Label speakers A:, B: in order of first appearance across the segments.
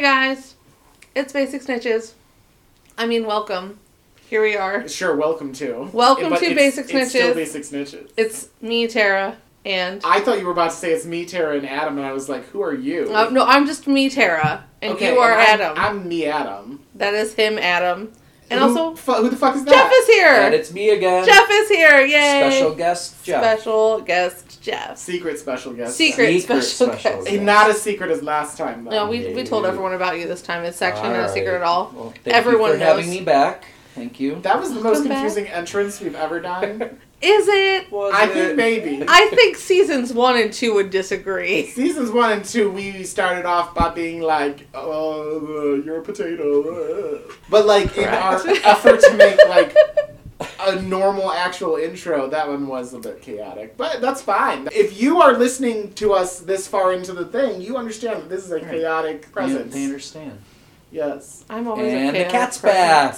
A: guys, it's Basic Snitches. I mean, welcome. Here we are.
B: Sure, welcome to.
A: Welcome
B: But
A: to
B: it's-
A: Basic
B: It's still
A: Snitches.
B: Basic Snitches.
A: It's me, Tara, and
B: I thought you were about to say it's me, Tara, and Adam, and I was like, who are you?
A: uh, no, I'm just me, Tara, and
B: Okay,
A: you are
B: and I'm-
A: Adam.
B: I'm me, Adam.
A: That is him, Adam, and
B: who,
A: also
B: fu- who the fuck is that?
A: Jeff is
C: And
A: here.
C: it's me again.
A: Jeff is here. Yay!
C: Special guest Jeff.
A: Special guest Jeff.
B: secret special guest.
A: Secret,
C: Secret
A: special,
C: special
A: guest.
B: Eh, Not as secret as last time, though.
A: No, we, we told
C: Hey.
A: everyone about you this time. It's actually
C: All
A: no
C: right.
A: secret at all.
C: Well, thank
A: Everyone
C: you for
A: knows.
C: having me back. Thank you.
B: That was the most
A: Welcome back.
B: confusing entrance we've ever done.
A: Is it?
C: Was
B: I
C: it-
B: think maybe.
A: I think seasons one and two would disagree.
B: Seasons one and two, we started off by being like, "Oh, you're a potato," uh." but like in our
A: Correct.
B: effort to make like a normal actual intro, that one was a bit chaotic. But that's fine. If you are listening to us this far into the thing, you understand that this is a
C: Right.
B: chaotic
C: You, they
B: presence.
C: understand.
B: Yes.
A: I'm always
C: And
A: okay
C: the cat's
A: with
C: back.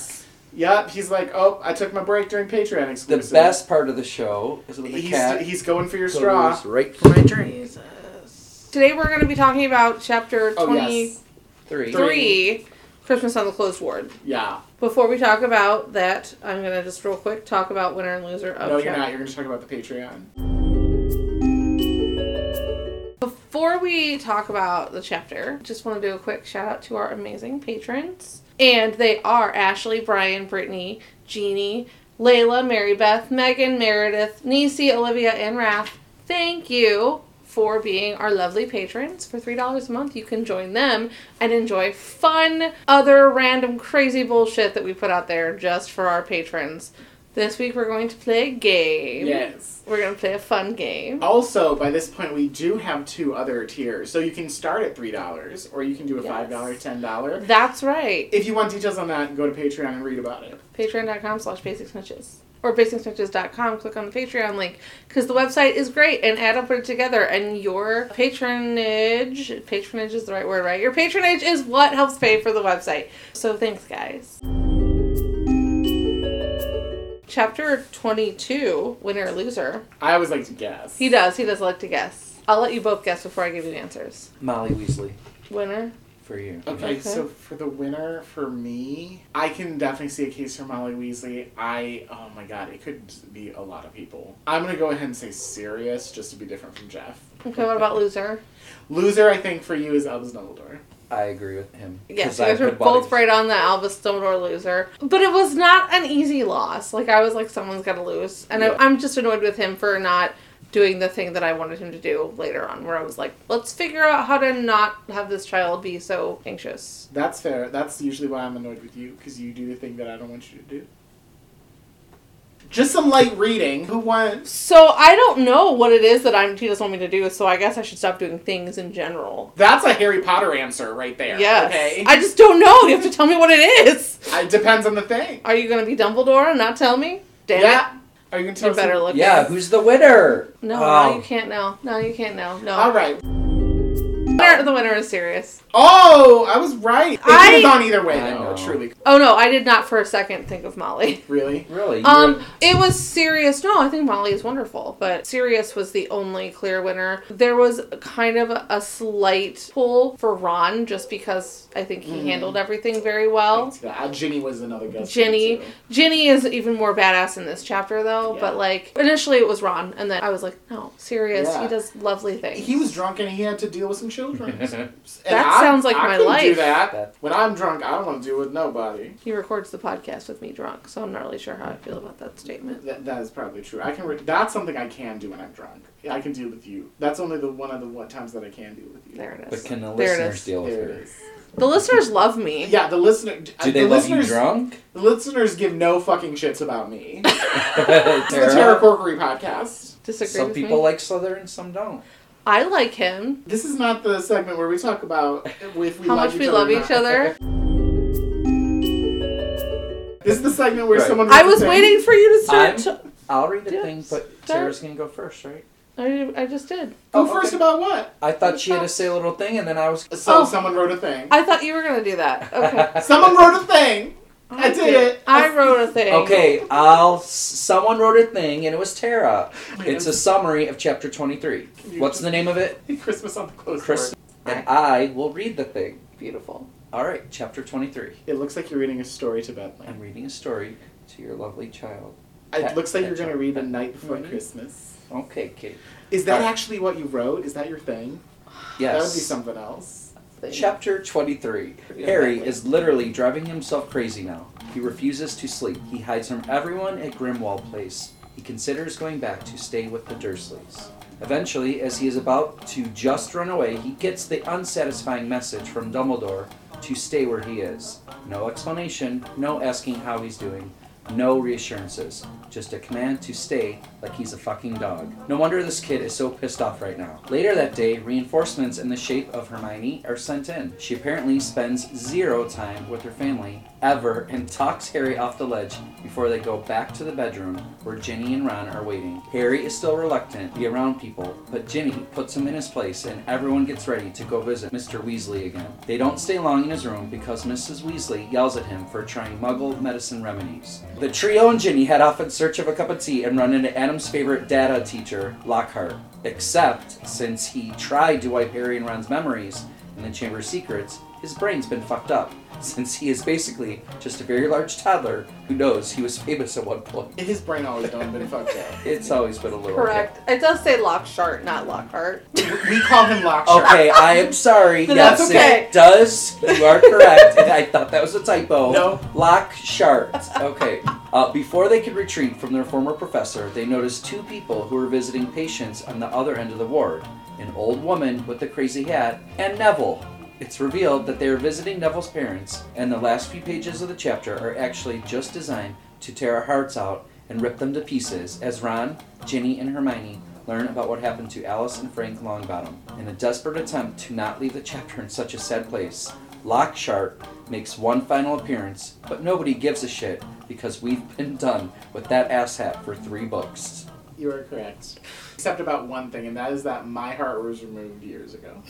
B: Yep. He's like, "Oh, I took my break during Patreon
C: The
B: exclusive."
C: best part of the show is when the
B: He's
C: cat
B: he's going for your
C: goes
B: straw.
C: right for my drink.
A: preference. Today we're going to be talking about chapter
B: Oh
A: 23,
B: yes.
C: Three.
B: Three.
A: Christmas on the Closed Ward.
B: Yeah.
A: Before we talk about that, I'm going to just real quick talk about winner and loser of
B: No,
A: chapter-
B: you're not. You're going to talk about the Patreon.
A: Before we talk about the chapter, just want to do a quick shout out to our amazing patrons. And they are Ashley, Brian, Brittany, Jeannie, Layla, Mary Beth, Megan, Meredith, Nisi, Olivia, and Raph. Thank you for being our lovely patrons. For $3 a month, you can join them and enjoy fun, other random crazy bullshit that we put out there just for our patrons. This week we're going to play a game.
B: Yes.
A: We're going to play a fun game.
B: Also, by this point, we do have two other tiers. So you can start at $3, or you can do a
A: Yes.
B: $5, $10.
A: That's right.
B: If you want details on that, go to Patreon and read about it.
A: patreon.com slash basic snitches or basicsnitches.com click on the patreon link because the website is great and add up put it together and your patronage patronage is the right word right your patronage is what helps pay for the website so thanks guys chapter 22 winner or loser
B: I always like to guess.
A: he does he does like to guess i'll let you both guess before i give you the answers
C: Molly Weasley
A: winner
C: for you.
B: Okay,
A: Okay.
B: so for the winner, for me, I can definitely see a case for Molly Weasley. I, oh my god, it could be a lot of people. I'm gonna go ahead and say Sirius, just to be different from Jeff.
A: okay what about loser
B: Loser, I think, for you is Albus Dumbledore.
C: I agree with him.
A: Yes,
C: 'Cause
A: you
C: I've
A: guys were
C: been wanting-
A: both right on the Albus Dumbledore loser. But it was not an easy loss. Like, I was like, someone's got to lose. And
B: Yeah.
A: I, I'm just annoyed with him for not doing the thing that I wanted him to do later on, where I was like, let's figure out how to not have this child be so anxious.
B: That's fair. That's usually why I'm annoyed with you, because you do the thing that I don't want you to do. Just some light reading. Who won?
A: So I don't know what it is that I'm, he doesn't want me to do, so I guess I should stop doing things in general.
B: That's a Harry Potter answer right there.
A: Yes.
B: Okay.
A: I just don't know. You have to tell me what it is.
B: it depends on the thing.
A: Are you going to be Dumbledore and not tell me? Damn it.
B: yeah. Are you gonna
A: You
B: tell us?
A: better
B: who-
A: look at
C: Yeah,
A: it.
C: who's the winner?
A: No,
C: Oh,
A: no, you can't know. No, you can't know. No.
B: All right.
A: Winner, the winner is serious.
B: Oh, I was right. It could
A: I-
B: have gone either way
C: I
B: though.
C: know.
B: Truly.
A: Oh no, I did not for a second think of Molly.
B: Really.
C: Really? you
A: Um,
C: were-
A: it was Sirius. No, I think Molly is wonderful, but Sirius was the only clear winner. There was kind of a slight pull for Ron just because I think he
B: Mm.
A: handled everything very well.
B: Uh, Ginny was another guest.
A: Ginny.
B: too.
A: Ginny is even more badass in this chapter though,
B: Yeah.
A: but like initially it was Ron and then I was like, no, Sirius,
B: Yeah.
A: he does lovely things.
B: He was drunk and he had to deal with some children. that
A: That sounds like my
B: Do
A: life.
B: that.
C: That-
B: When I'm drunk, I don't want to deal with nobody.
A: he records the podcast with me drunk, so I'm not really sure how I feel about that statement.
B: That, that is probably true. I can. Re- that's something I can do when I'm drunk. I can deal with you. That's only the one of the one times that I can deal with you.
A: There it is.
C: But can the
A: There it
C: listeners
A: is.
C: deal with
B: There it
C: her?
B: is.
A: The listeners love me.
B: Yeah, the listener.
C: Do they
B: the
C: love you
B: listeners,
C: drunk?
B: The listeners give no fucking shits about me. It's the
C: Tara?
B: Terra Corkery podcast.
A: Disagree
C: Some
A: with
C: people
A: me.
C: like Slytherin, some don't.
A: I like him.
B: This is not the segment where we talk about if we
A: How
B: like
A: much
B: each
A: we
B: other or
A: love
B: not.
A: each other.
B: This is the segment where
C: Right.
B: someone.
A: I
B: reads a
A: was
B: thing.
A: waiting for you to
C: I'm-
A: start.
C: I'll read the
A: Yeah,
C: thing, but
A: start.
C: Tara's gonna go first, right?
A: I, I just did.
B: Go
C: Oh,
B: first
C: okay.
B: about what?
C: I thought she had to say a little thing, and then I was.
B: So
A: Oh.
B: someone wrote a thing.
A: I thought you were gonna do that. Okay.
B: someone wrote a thing. I did it.
A: I wrote a thing.
C: Okay, I'll. s- Someone wrote a thing, and it was Tara. It's a summary of chapter 23. What's the name of it?
B: Christmas on the close.
C: Christmas. And I will read the thing.
A: Beautiful.
C: All right, chapter 23.
B: It looks like you're reading a story to Bentley.
C: I'm reading a story to your lovely child.
B: It looks like you're going to read The
C: Pet-
B: Night Before
C: Mhm.
B: Christmas.
C: Okay, Kate.
B: Is that
C: Alright.
B: actually what you wrote? Is that your thing?
C: Yes.
B: That would be something else.
C: Chapter 23.
B: Yeah,
C: Harry
B: exactly.
C: is literally driving himself crazy now. He refuses to sleep. He hides from everyone at Grimwald Place. He considers going back to stay with the Dursleys. Eventually, as he is about to just run away, he gets the unsatisfying message from Dumbledore to stay where he is. No explanation, no asking how he's doing, no reassurances. Just a command to stay like he's a fucking dog. No wonder this kid is so pissed off right now. Later that day, reinforcements in the shape of Hermione are sent in. She apparently spends zero time with her family ever and talks Harry off the ledge before they go back to the bedroom where Ginny and Ron are waiting. Harry is still reluctant to be around people, but Ginny puts him in his place and everyone gets ready to go visit Mr. Weasley again. They don't stay long in his room because Mrs. Weasley yells at him for trying muggle medicine remedies. The trio and Ginny head off in search of a cup of tea and run into Adam's favorite data teacher, Lockhart. Except, since he tried to wipe Harry and Ron's memories in the Chamber of Secrets, his brain's been fucked up, since he is basically just a very large toddler who knows he was famous at one point.
B: His brain always done been fucked up.
C: It's always been a little
A: Correct. It does say Lockhart, not Lockhart.
B: We call him Lockshot.
C: Okay, I am sorry.
A: No,
C: yes,
A: that's okay.
C: it does. You are correct. And I thought that was a typo.
B: No.
C: Lock shart. Okay. Uh, before they could retreat from their former professor, they noticed two people who were visiting patients on the other end of the ward an old woman with a crazy hat and Neville. It's revealed that they are visiting Neville's parents, and the last few pages of the chapter are actually just designed to tear our hearts out and rip them to pieces as Ron, Ginny, and Hermione learn about what happened to Alice and Frank Longbottom. In a desperate attempt to not leave the chapter in such a sad place, Lockshart makes one final appearance, but nobody gives a shit because we've been done with that asshat for three books.
B: You are correct. Except about one thing, and that is that my heart was removed years ago.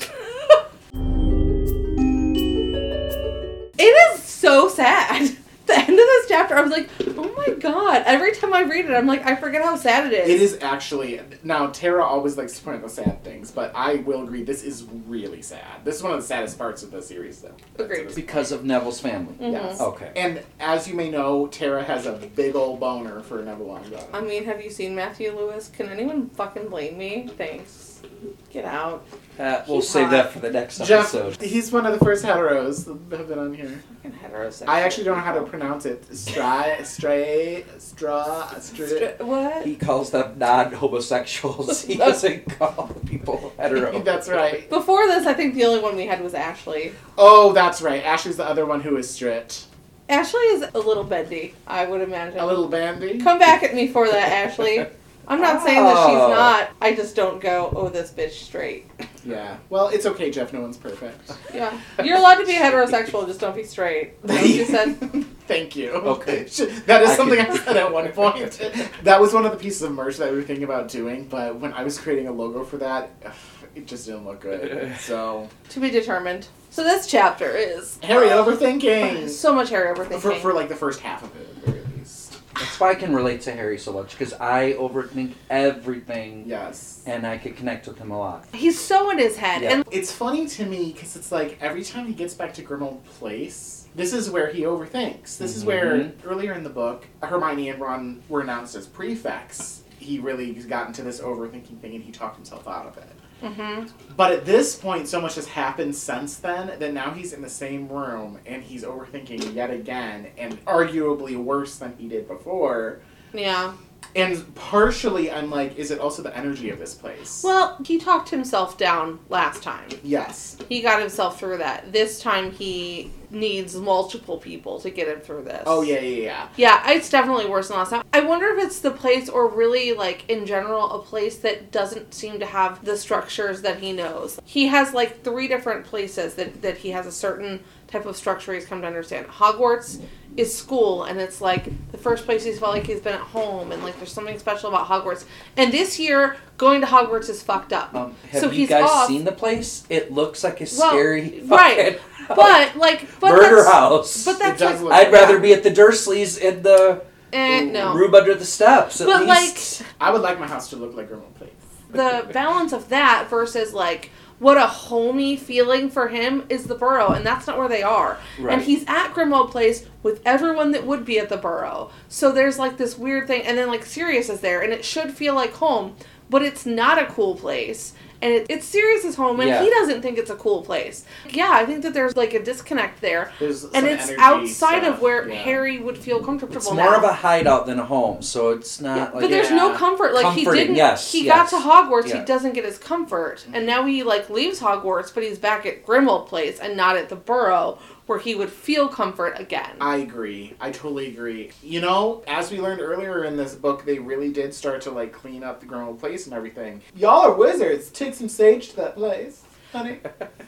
A: It is so sad. The end of this chapter, I was like, oh my god. Every time I read it, I'm like, I forget how sad it is.
B: It is actually now Tara always likes to point out the sad things, but I will agree this is really sad. This is one of the saddest parts of the series, though.
A: Agreed.
B: That's-
C: Because of Neville's
A: Mm-hmm.
C: family.
B: Yes.
C: Okay.
B: And as you may know, Tara has a big old boner for Neville Longbottom.
A: I mean, have you seen Matthew Lewis? Can anyone fucking blame me? Thanks. Get out.
C: Uh, we'll
A: He's
C: save
A: hot.
C: that for the next
B: Jeff,
C: episode.
B: he's one of the first heteros that have been on here.
A: Fucking heterosexual.
B: I actually don't know how to pronounce it. Stry, stray, stra, stra.
A: Stri- What?
C: He calls them non homosexuals. He doesn't call people hetero.
B: That's right.
A: Before this, I think the only one we had was Ashley.
B: Oh, that's right. Ashley's the other one who is strit.
A: Ashley is a little bendy, I would imagine.
B: A little bandy.
A: Come back at me for that, Ashley. I'm not saying that she's
C: Oh.
A: not. I just don't go, oh, this bitch straight.
B: Yeah. Well, it's okay, Jeff. No one's perfect.
A: Yeah. You're allowed to be heterosexual, just don't be straight. That's what you said.
B: Thank you.
C: Okay.
B: That is
C: I
B: something
C: can-
B: I said at one point. that was one of the pieces of merch that we were thinking about doing, but when I was creating a logo for that, ugh, it just didn't look good. So,
A: To be determined. So this chapter is
B: Harry overthinking!
A: Oh. so much Harry overthinking.
B: for, for like the first half of it, at the very least.
C: That's why I can relate to Harry so much because I overthink everything,
B: Yes.
C: and I could connect with him a lot.
A: He's so in his head,
C: Yeah.
A: and
B: It's funny to me because it's like every time he gets back to Grimmauld Place, this is where he overthinks. This is where
C: Mhm.
B: earlier in the book, Hermione and Ron were announced as prefects. He really got into this overthinking thing and he talked himself out of it.
A: Mhm.
B: But at this point, so much has happened since then that now he's in the same room and he's overthinking yet again, and arguably worse than he did before.
A: yeah.
B: And partially, I'm like, is it also the energy of this place?
A: Well, he talked himself down last time.
B: yes.
A: He got himself through that. This time he needs multiple people to get him through this.
B: Oh yeah, yeah, yeah.
A: Yeah, it's definitely worse than last time. I wonder if it's the place or really like in general a place that doesn't seem to have the structures that he knows. He has like three different places that that he has a certain type of structure he's come to understand. Hogwarts is school and it's like the first place he's felt like he's been at home and like there's something special about Hogwarts. And this year going to Hogwarts is fucked up.
C: Um, have
A: so
C: you
A: he's
C: guys
A: off.
C: seen the place? It looks like a
A: Well,
C: scary
A: right.
C: fucking
A: but like but
C: murder
A: that's,
C: house.
A: But that's
B: it does
A: like,
B: look.
C: I'd rather
A: yeah.
C: be at the Dursleys in the
A: eh, no.
C: room under the steps. At
A: But
C: least.
B: I would like my house to look like Grimmauld Place.
A: the balance of that versus like what a homey feeling for him is the Burrow, and that's not where they are.
C: Right.
A: And he's at Grimwald Place with everyone that would be at the Burrow. So there's like this weird thing, and then like Sirius is there, and it should feel like home, but it's not a cool place. And it, it's Sirius's home, and
C: Yeah.
A: he doesn't think it's a cool place. Yeah, I think that there's like a disconnect there,
B: There's some
A: and it's
B: energy
A: outside
B: stuff,
A: of where
B: yeah.
A: Harry would feel comfortable.
C: It's
A: now.
C: more of a hideout than a home, so it's not
A: Yeah,
C: like
A: but there's
B: yeah.
A: no comfort. Like he
C: Comforting,
A: didn't.
C: yes,
A: he got
C: yes.
A: to Hogwarts.
C: Yeah.
A: He doesn't get his comfort, and now he like leaves Hogwarts, but he's back at Grimwald Place and not at the Burrow, where he would feel comfort again.
B: I agree. I totally agree. You know, as we learned earlier in this book, they really did start to like clean up the grown place and everything. Y'all are wizards. Take some sage to that place, honey.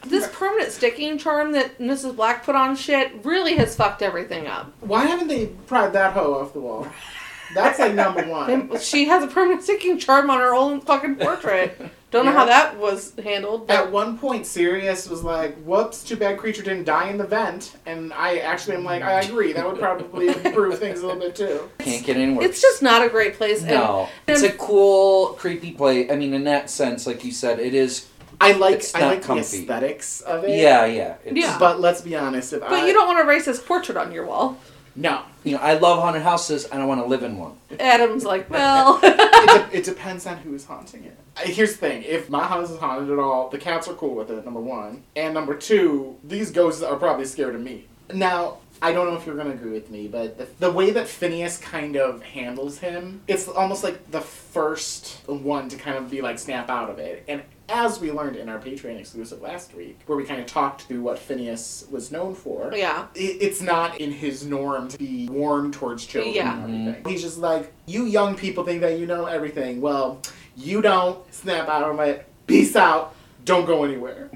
A: this permanent sticking charm that Mrs. Black put on shit really has fucked everything up.
B: Why haven't they pried that hoe off the wall? That's like number one.
A: And she has a permanent sticking charm on her own fucking portrait. Don't know how
B: Yeah.
A: that was handled.
B: At
A: But
B: one point, Sirius was like, "Whoops, too bad creature didn't die in the vent." And I actually am like, I agree. That would probably improve things a little bit too.
C: can't get any worse.
A: it's just not a great place. and-
C: no.
A: and-
C: it's a cool, creepy play. I mean, in that sense, like you said, it is.
B: I like
C: It's
B: I
C: not
B: like
C: comfy.
B: the aesthetics of it.
C: Yeah, yeah. It's,
A: Yeah.
B: But let's be honest, if
A: but
B: I
A: you don't want to erase his portrait on your wall.
B: no,
C: You know, I love haunted houses. I don't want to live in one.
A: Adam's like, well.
B: it, de- it depends on who is haunting it. Uh, Here's the thing: if my house is haunted at all, the cats are cool with it. Number one, and number two, these ghosts are probably scared of me. Now, I don't know if you're gonna agree with me, but the, the way that Phineas kind of handles him, it's almost like the first one to kind of be like snap out of it. And as we learned in our Patreon exclusive last week, where we kind of talked through what Phineas was known for,
A: Oh, yeah.
B: it, it's not in his norm to be warm towards children
A: Yeah.
B: and everything. He's just like, you young people think that you know everything. Well, you don't. Snap out of it. Peace out. Don't go anywhere.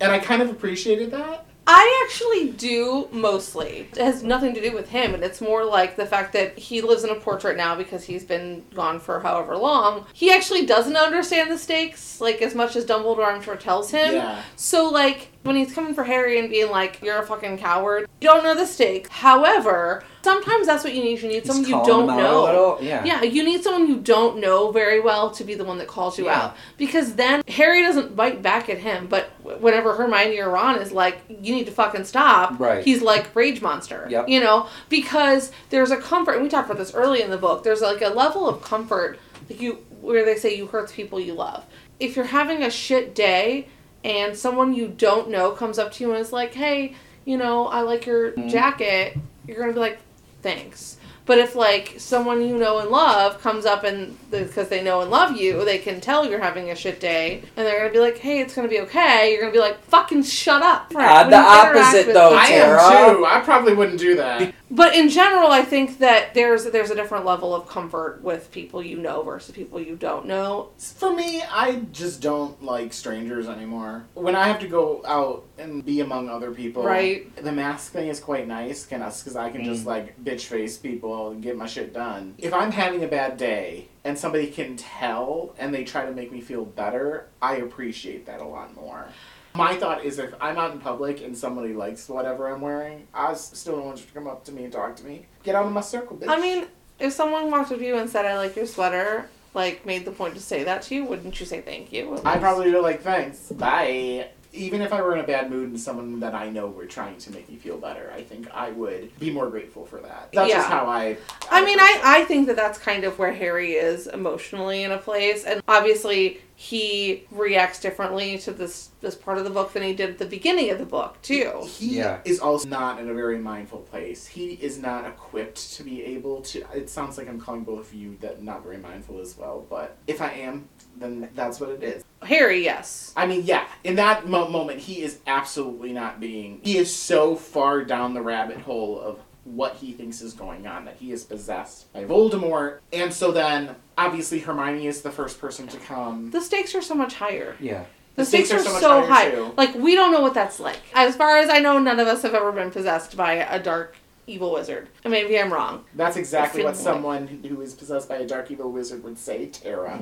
B: and I kind of appreciated that.
A: I actually do mostly. It has nothing to do with him, and it's more like the fact that he lives in a portrait now because he's been gone for however long. He actually doesn't understand the stakes, like, as much as Dumbledore I'm sure tells him.
B: Yeah.
A: So, like, when he's coming for Harry and being like, you're a fucking coward, you don't know the stakes. However, sometimes that's what you need. You need
C: It's
A: someone you
C: calling
A: don't
C: them out
A: know.
C: A little. Yeah.
A: Yeah, you need someone you don't know very well to be the one that calls you
C: Yeah.
A: out. Because then Harry doesn't bite back at him, but wh- whenever Hermione or Ron is like, you need to fucking stop,
C: Right.
A: he's like, rage monster.
C: Yep.
A: You know, because there's a comfort, and we talked about this early in the book, there's like a level of comfort that you where they say you hurt the people you love. If you're having a shit day and someone you don't know comes up to you and is like, hey, you know, I like your
C: Mm.
A: jacket, you're gonna be like, thanks. But if like someone you know and love comes up and because they know and love you, they can tell you're having a shit day, and they're gonna be like, "Hey, it's gonna be okay." You're gonna be like, "Fucking shut up!" Frank.
C: Uh,
A: When
C: the
A: you interact
C: opposite,
A: with-
C: though. Oh,
B: I
C: Tara.
B: am too. I probably wouldn't do that.
A: But in general, I think that there's there's a different level of comfort with people you know versus people you don't know.
B: For me, I just don't like strangers anymore. When I have to go out and be among other people,
A: Right.
B: The mask thing is quite nice, can us because I can just
C: Mm.
B: like bitch face people and get my shit done. If I'm having a bad day and somebody can tell and they try to make me feel better, I appreciate that a lot more. My thought is if I'm out in public and somebody likes whatever I'm wearing, I s- still don't want you to come up to me and talk to me. Get out of my circle, bitch.
A: I mean, if someone walked up to you and said, "I like your sweater," like made the point to say that to you, wouldn't you say thank you? at
B: I
A: least?
B: probably would like, thanks, bye. Even if I were in a bad mood and someone that I know were trying to make me feel better, I think I would be more grateful for that. That's just
A: Yeah.
B: how I.
A: I mean, I, I think that that's kind of where Harry is emotionally in a place, and obviously he reacts differently to this this part of the book than he did at the beginning of the book too.
B: He
C: Yeah.
B: is also not in a very mindful place. He is not equipped to be able to. It sounds like I'm calling both of you that not very mindful as well, but if I am, then that's what it is.
A: Harry, yes,
B: I mean, yeah, in that mo- moment, he is absolutely not being. He is so far down the rabbit hole of what he thinks is going on that he is possessed by Voldemort. And so then, obviously, Hermione is the first person to come.
A: the stakes are so much higher.
C: Yeah.
A: The, stakes, are, so,
B: much
A: high.
B: higher, too.
A: Like we don't know what that's like. As far as I know, none of us have ever been possessed by a dark evil wizard. And Maybe I'm wrong.
B: That's exactly what
A: Feeling like-
B: someone who is possessed by a dark evil wizard would say, Tara.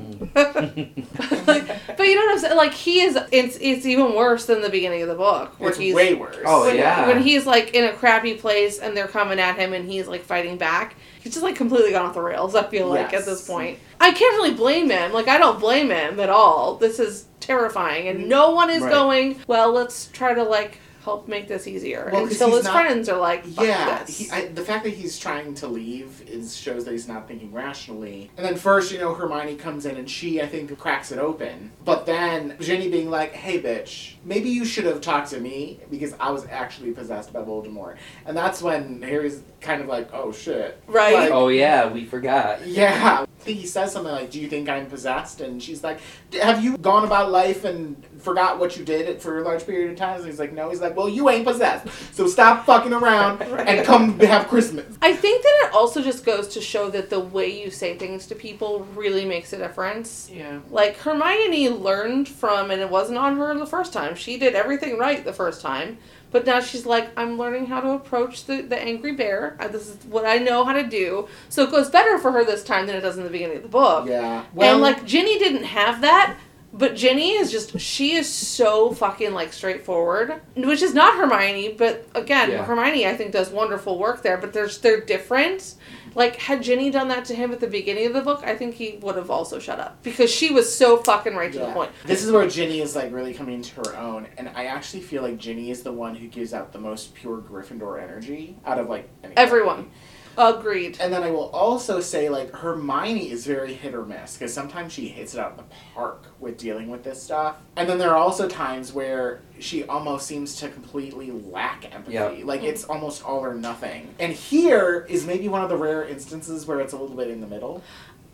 A: like, but you know what I'm saying? Like he is. It's it's even worse than the beginning of the book, where
B: It's
A: he's
B: way worse.
C: Oh,
A: when,
C: yeah.
A: when he's like in a crappy place and they're coming at him and he's like fighting back he's just like completely gone off the rails i feel like at
B: Yes.
A: this point i can't really blame him like i don't blame him at all this is terrifying, and no one is
C: Right.
A: going. Well, let's try to like help make this easier.
B: Well, 'cause
A: Until
B: he's
A: his
B: not-
A: friends are like, Fuck
B: Yeah,
A: this.
B: he, I, the fact that he's trying to leave is shows that he's not thinking rationally. And then first, you know, Hermione comes in and she, I think, cracks it open. But then Ginny being like, "Hey, bitch, maybe you should have talked to me because I was actually possessed by Voldemort." And that's when Harry's kind of like, "Oh shit."
A: right.
B: Like,
C: Oh yeah, we forgot.
B: Yeah, I think he says something like, "Do you think I'm possessed?" And she's like, "D- "Have you gone about life and forgot what you did it for a large period of time?" And he's like, "No." He's like, "Well, you ain't possessed, so stop fucking around and come have Christmas."
A: I think that it also just goes to show that the way you say things to people really makes a difference.
B: Yeah.
A: Like Hermione learned from, and it wasn't on her the first time. She did everything right the first time, but now she's like, I'm learning how to approach the, the angry bear. Uh, This is what I know how to do. So it goes better for her this time than it does in the beginning of the book.
B: Yeah.
A: and like Ginny didn't have that, but Ginny is just she is so fucking like straightforward, which is not Hermione. But again,
C: Yeah.
A: Hermione I think does wonderful work there. But there's they're different. Like had Ginny done that to him at the beginning of the book, I think he would have also shut up because she was so fucking right to the
B: Yeah.
A: point.
B: This is where Ginny is like really coming to her own, and I actually feel like Ginny is the one who gives out the most pure Gryffindor energy out of like anybody.
A: Everyone agreed.
B: And then I will also say, like, Hermione is very hit or miss because sometimes she hits it out of the park with dealing with this stuff. And then there are also times where she almost seems to completely lack empathy.
C: Yeah.
B: Like, it's almost all or nothing. And here is maybe one of the rare instances where it's a little bit in the middle.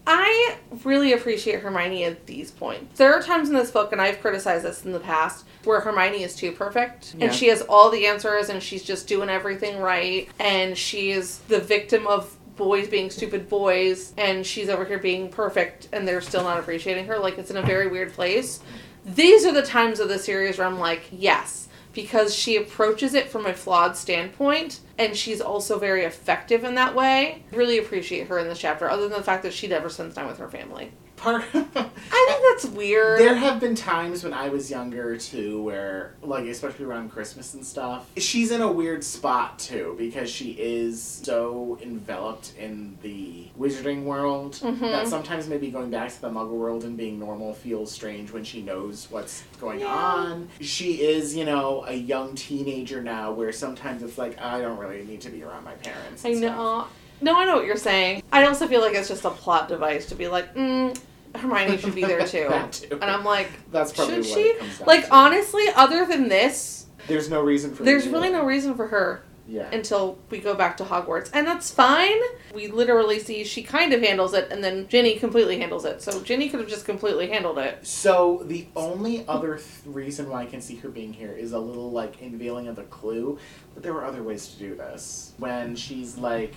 A: I really appreciate Hermione at these points. There are times in this book, and I've criticized this in the past, where Hermione is too perfect
B: Yeah.
A: and she has all the answers and she's just doing everything right and she is the victim of boys being stupid boys and she's over here being perfect and they're still not appreciating her. Like, it's in a very weird place. These are the times of the series where I'm like, yes, because she approaches it from a flawed standpoint and she's also very effective in that way. Really appreciate her in this chapter, other than the fact that she never spends time with her family.
B: Part.
A: I think that's weird.
B: There have been times when I was younger too where like especially around Christmas and stuff. She's in a weird spot too because she is so enveloped in the wizarding world
A: Mhm.
B: that sometimes maybe going back to the muggle world and being normal feels strange when she knows what's going
A: Yeah.
B: on. She is, you know, a young teenager now where sometimes it's like I don't really need to be around my parents.
A: I
B: and stuff.
A: know. No, I know what you're saying. I also feel like it's just a plot device to be like, mm, Hermione should be there too.
B: That too.
A: And I'm like,
B: That's probably
A: should
B: what
A: she?
B: it comes down
A: Like,
B: to.
A: honestly, other than this,
B: there's no reason for
A: there's
B: you to-
A: really no reason for her
B: yeah.
A: until we go back to Hogwarts. And that's fine. We literally see she kind of handles it, and then Ginny completely handles it. So Ginny could have just completely handled it.
B: So the only other th- reason why I can see her being here is a little like unveiling of the clue, but there were other ways to do this. When she's like,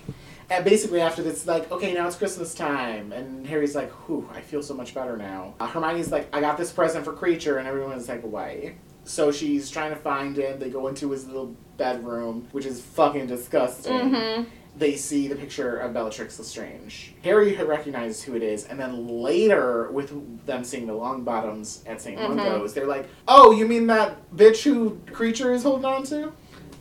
B: and basically after this, like, okay, now it's Christmas time, and Harry's like, whew, I feel so much better now. Uh, Hermione's like, I got this present for Creature, and everyone's like, why? So she's trying to find him. They go into his little bedroom, which is fucking disgusting
A: hmm
B: they see the picture of Bellatrix Lestrange. Harry had recognized who it is, and then later, with them seeing the long bottoms at saint
A: Mhm.
B: Mungo's, they're like, "Oh, you mean that bitch who creature is holding on to?"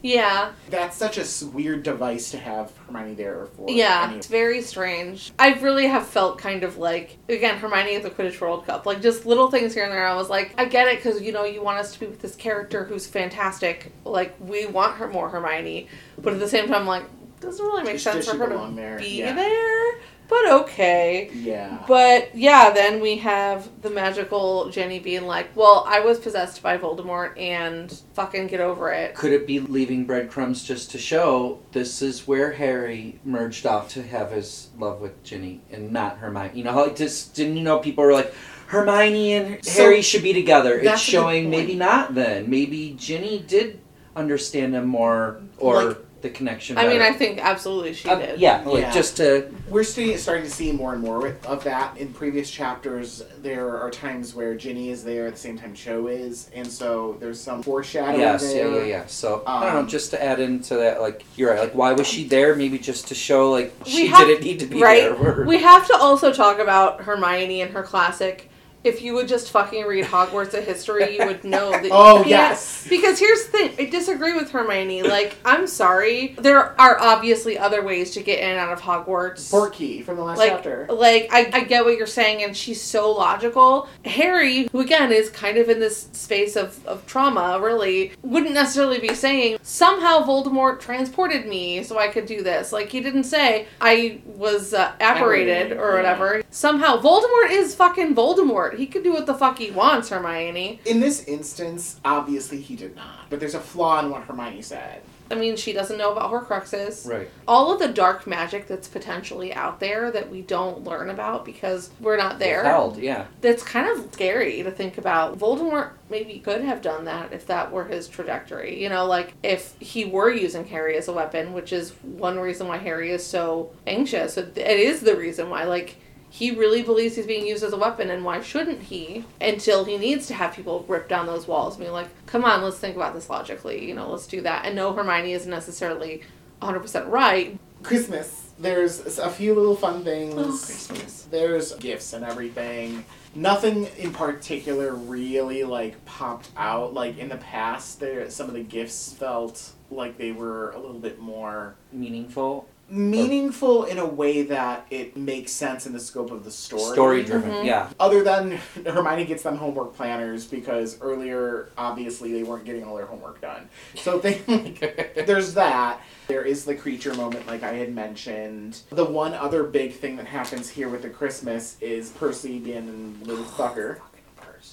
A: Yeah.
B: That's such a s- weird device to have Hermione there for.
A: Yeah.
B: anyway.
A: It's very strange. I really have felt kind of like, again, Hermione at the Quidditch World Cup. Like, just little things here and there. I was like, I get it because, you know, you want us to be with this character who's fantastic. Like, we want her more Hermione. But at the same time, like, doesn't really make
B: Does
A: sense
B: she
A: for her to
B: belong there?
A: be
B: Yeah.
A: there. But okay.
B: Yeah.
A: But yeah, then we have the magical Jenny being like, "Well, I was possessed by Voldemort, and fucking get over it."
C: Could it be leaving breadcrumbs just to show this is where Harry merged off to have his love with Ginny and not Hermione? You know how like just didn't you know people were like Hermione and
B: So,
C: Harry should be together. It's
B: that's a good
C: showing
B: point.
C: maybe not then. Maybe Ginny did understand him more or the connection.
A: I mean, I
C: better.
A: think absolutely she
C: Uh,
A: did.
C: yeah, like
B: Yeah.
C: just to
B: We're sti- starting to see more and more with- of that in previous chapters. There are times where Ginny is there at the same time Cho is, and so there's some foreshadowing
C: yes, yeah,
B: there.
C: yeah, yeah. So I don't
B: Um,
C: know, just to add into that, like you're right. Like why was she there? Maybe just to show like
A: We
C: she
A: have-
C: didn't need to be
A: right?
C: there.
A: We have to also talk about Hermione and her classic. If you would just fucking read Hogwarts of History, you would know that. you
B: Oh,
A: can't-
B: yes.
A: Because here's the thing I disagree with Hermione. Like, I'm sorry. There are obviously other ways to get in and out of Hogwarts.
B: Porky from the last
A: like, oh.
B: chapter.
A: like I, I get what you're saying, and she's so logical. Harry, who again is kind of in this space of, of trauma, really wouldn't necessarily be saying somehow Voldemort transported me so I could do this. Like he didn't say I was uh, apparated
B: Apparated,
A: or whatever. Somehow Voldemort is fucking Voldemort. He could do what the fuck he wants, Hermione.
B: In this instance, obviously he did not. But there's a flaw in what Hermione said.
A: I mean, she doesn't know about Horcruxes.
C: Right.
A: All of the dark magic that's potentially out there that we don't learn about because we're not there.
C: Held, yeah.
A: That's kind of scary to think about. Voldemort maybe could have done that if that were his trajectory. You know, like if he were using Harry as a weapon, which is one reason why Harry is so anxious. So th- It is the reason why, like, he really believes he's being used as a weapon, and why shouldn't he? Until he needs to have people rip down those walls and be like, come on, let's think about this logically. You know, let's do that. And no, Hermione isn't necessarily 100% right.
B: Christmas. There's a few little fun things.
A: Oh, Christmas.
B: There's gifts and everything. Nothing in particular really like popped out. Like in the past, there some of the gifts felt like they were a little bit more
C: Meaningful,
B: meaningful in a way that it makes sense in the scope of the story.
C: story driven,
A: Mhm.
C: yeah.
B: Other than Hermione gets them homework planners because earlier, obviously, they weren't getting all their homework done. So they,
A: Mm-hmm.
B: there's that. There is the creature moment, like I had mentioned. The one other big thing that happens here with the Christmas is Percy being a little fucker,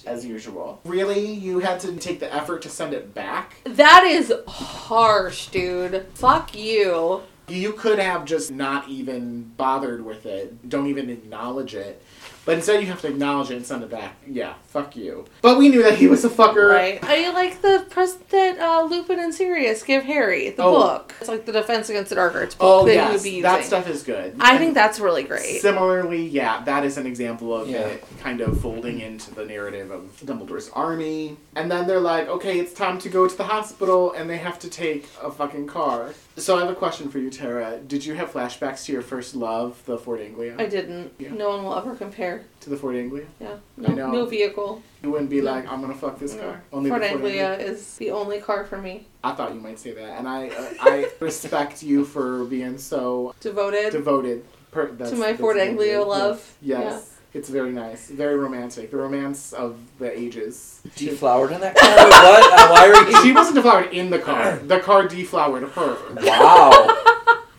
B: as usual. Really? You had to take the effort to send it back?
A: That is harsh, dude. Fuck you.
B: You could have just not even bothered with it. Don't even acknowledge it. But instead, you have to acknowledge it and send it back. Yeah, fuck you. But we knew that he was a fucker.
A: Right. I like the press that uh, Lupin and Sirius give Harry the
B: Oh.
A: book. It's like the Defense Against the Dark Arts book
B: Oh,
A: that
B: yes.
A: he would be using.
B: That stuff is good.
A: I
B: And
A: think that's really great.
B: Similarly, yeah, that is an example of
C: Yeah.
B: it kind of folding into the narrative of Dumbledore's army. And then they're like, okay, it's time to go to the hospital, and they have to take a fucking car. So I have a question for you, Tara. Did you have flashbacks to your first love, the Ford Anglia?
A: I didn't.
B: Yeah.
A: No one will ever compare.
B: to the Ford Anglia?
A: Yeah.
B: I
A: No,
B: know.
A: no vehicle.
B: You wouldn't be like, I'm gonna fuck this
A: No.
B: car. Only
A: Ford
B: the Ford Anglia.
A: Anglia is the only car for me.
B: I thought you might say that, and I uh, I respect you for being so
A: Devoted
B: devoted. Per- that's,
A: to my
B: that's
A: Ford
B: a good
A: Anglia
B: word.
A: love.
B: Yes. It's very nice. Very romantic. The romance of the ages.
C: Deflowered in that car? or what? Uh, why are you?
B: she wasn't deflowered in the car. The car deflowered her.
C: Wow.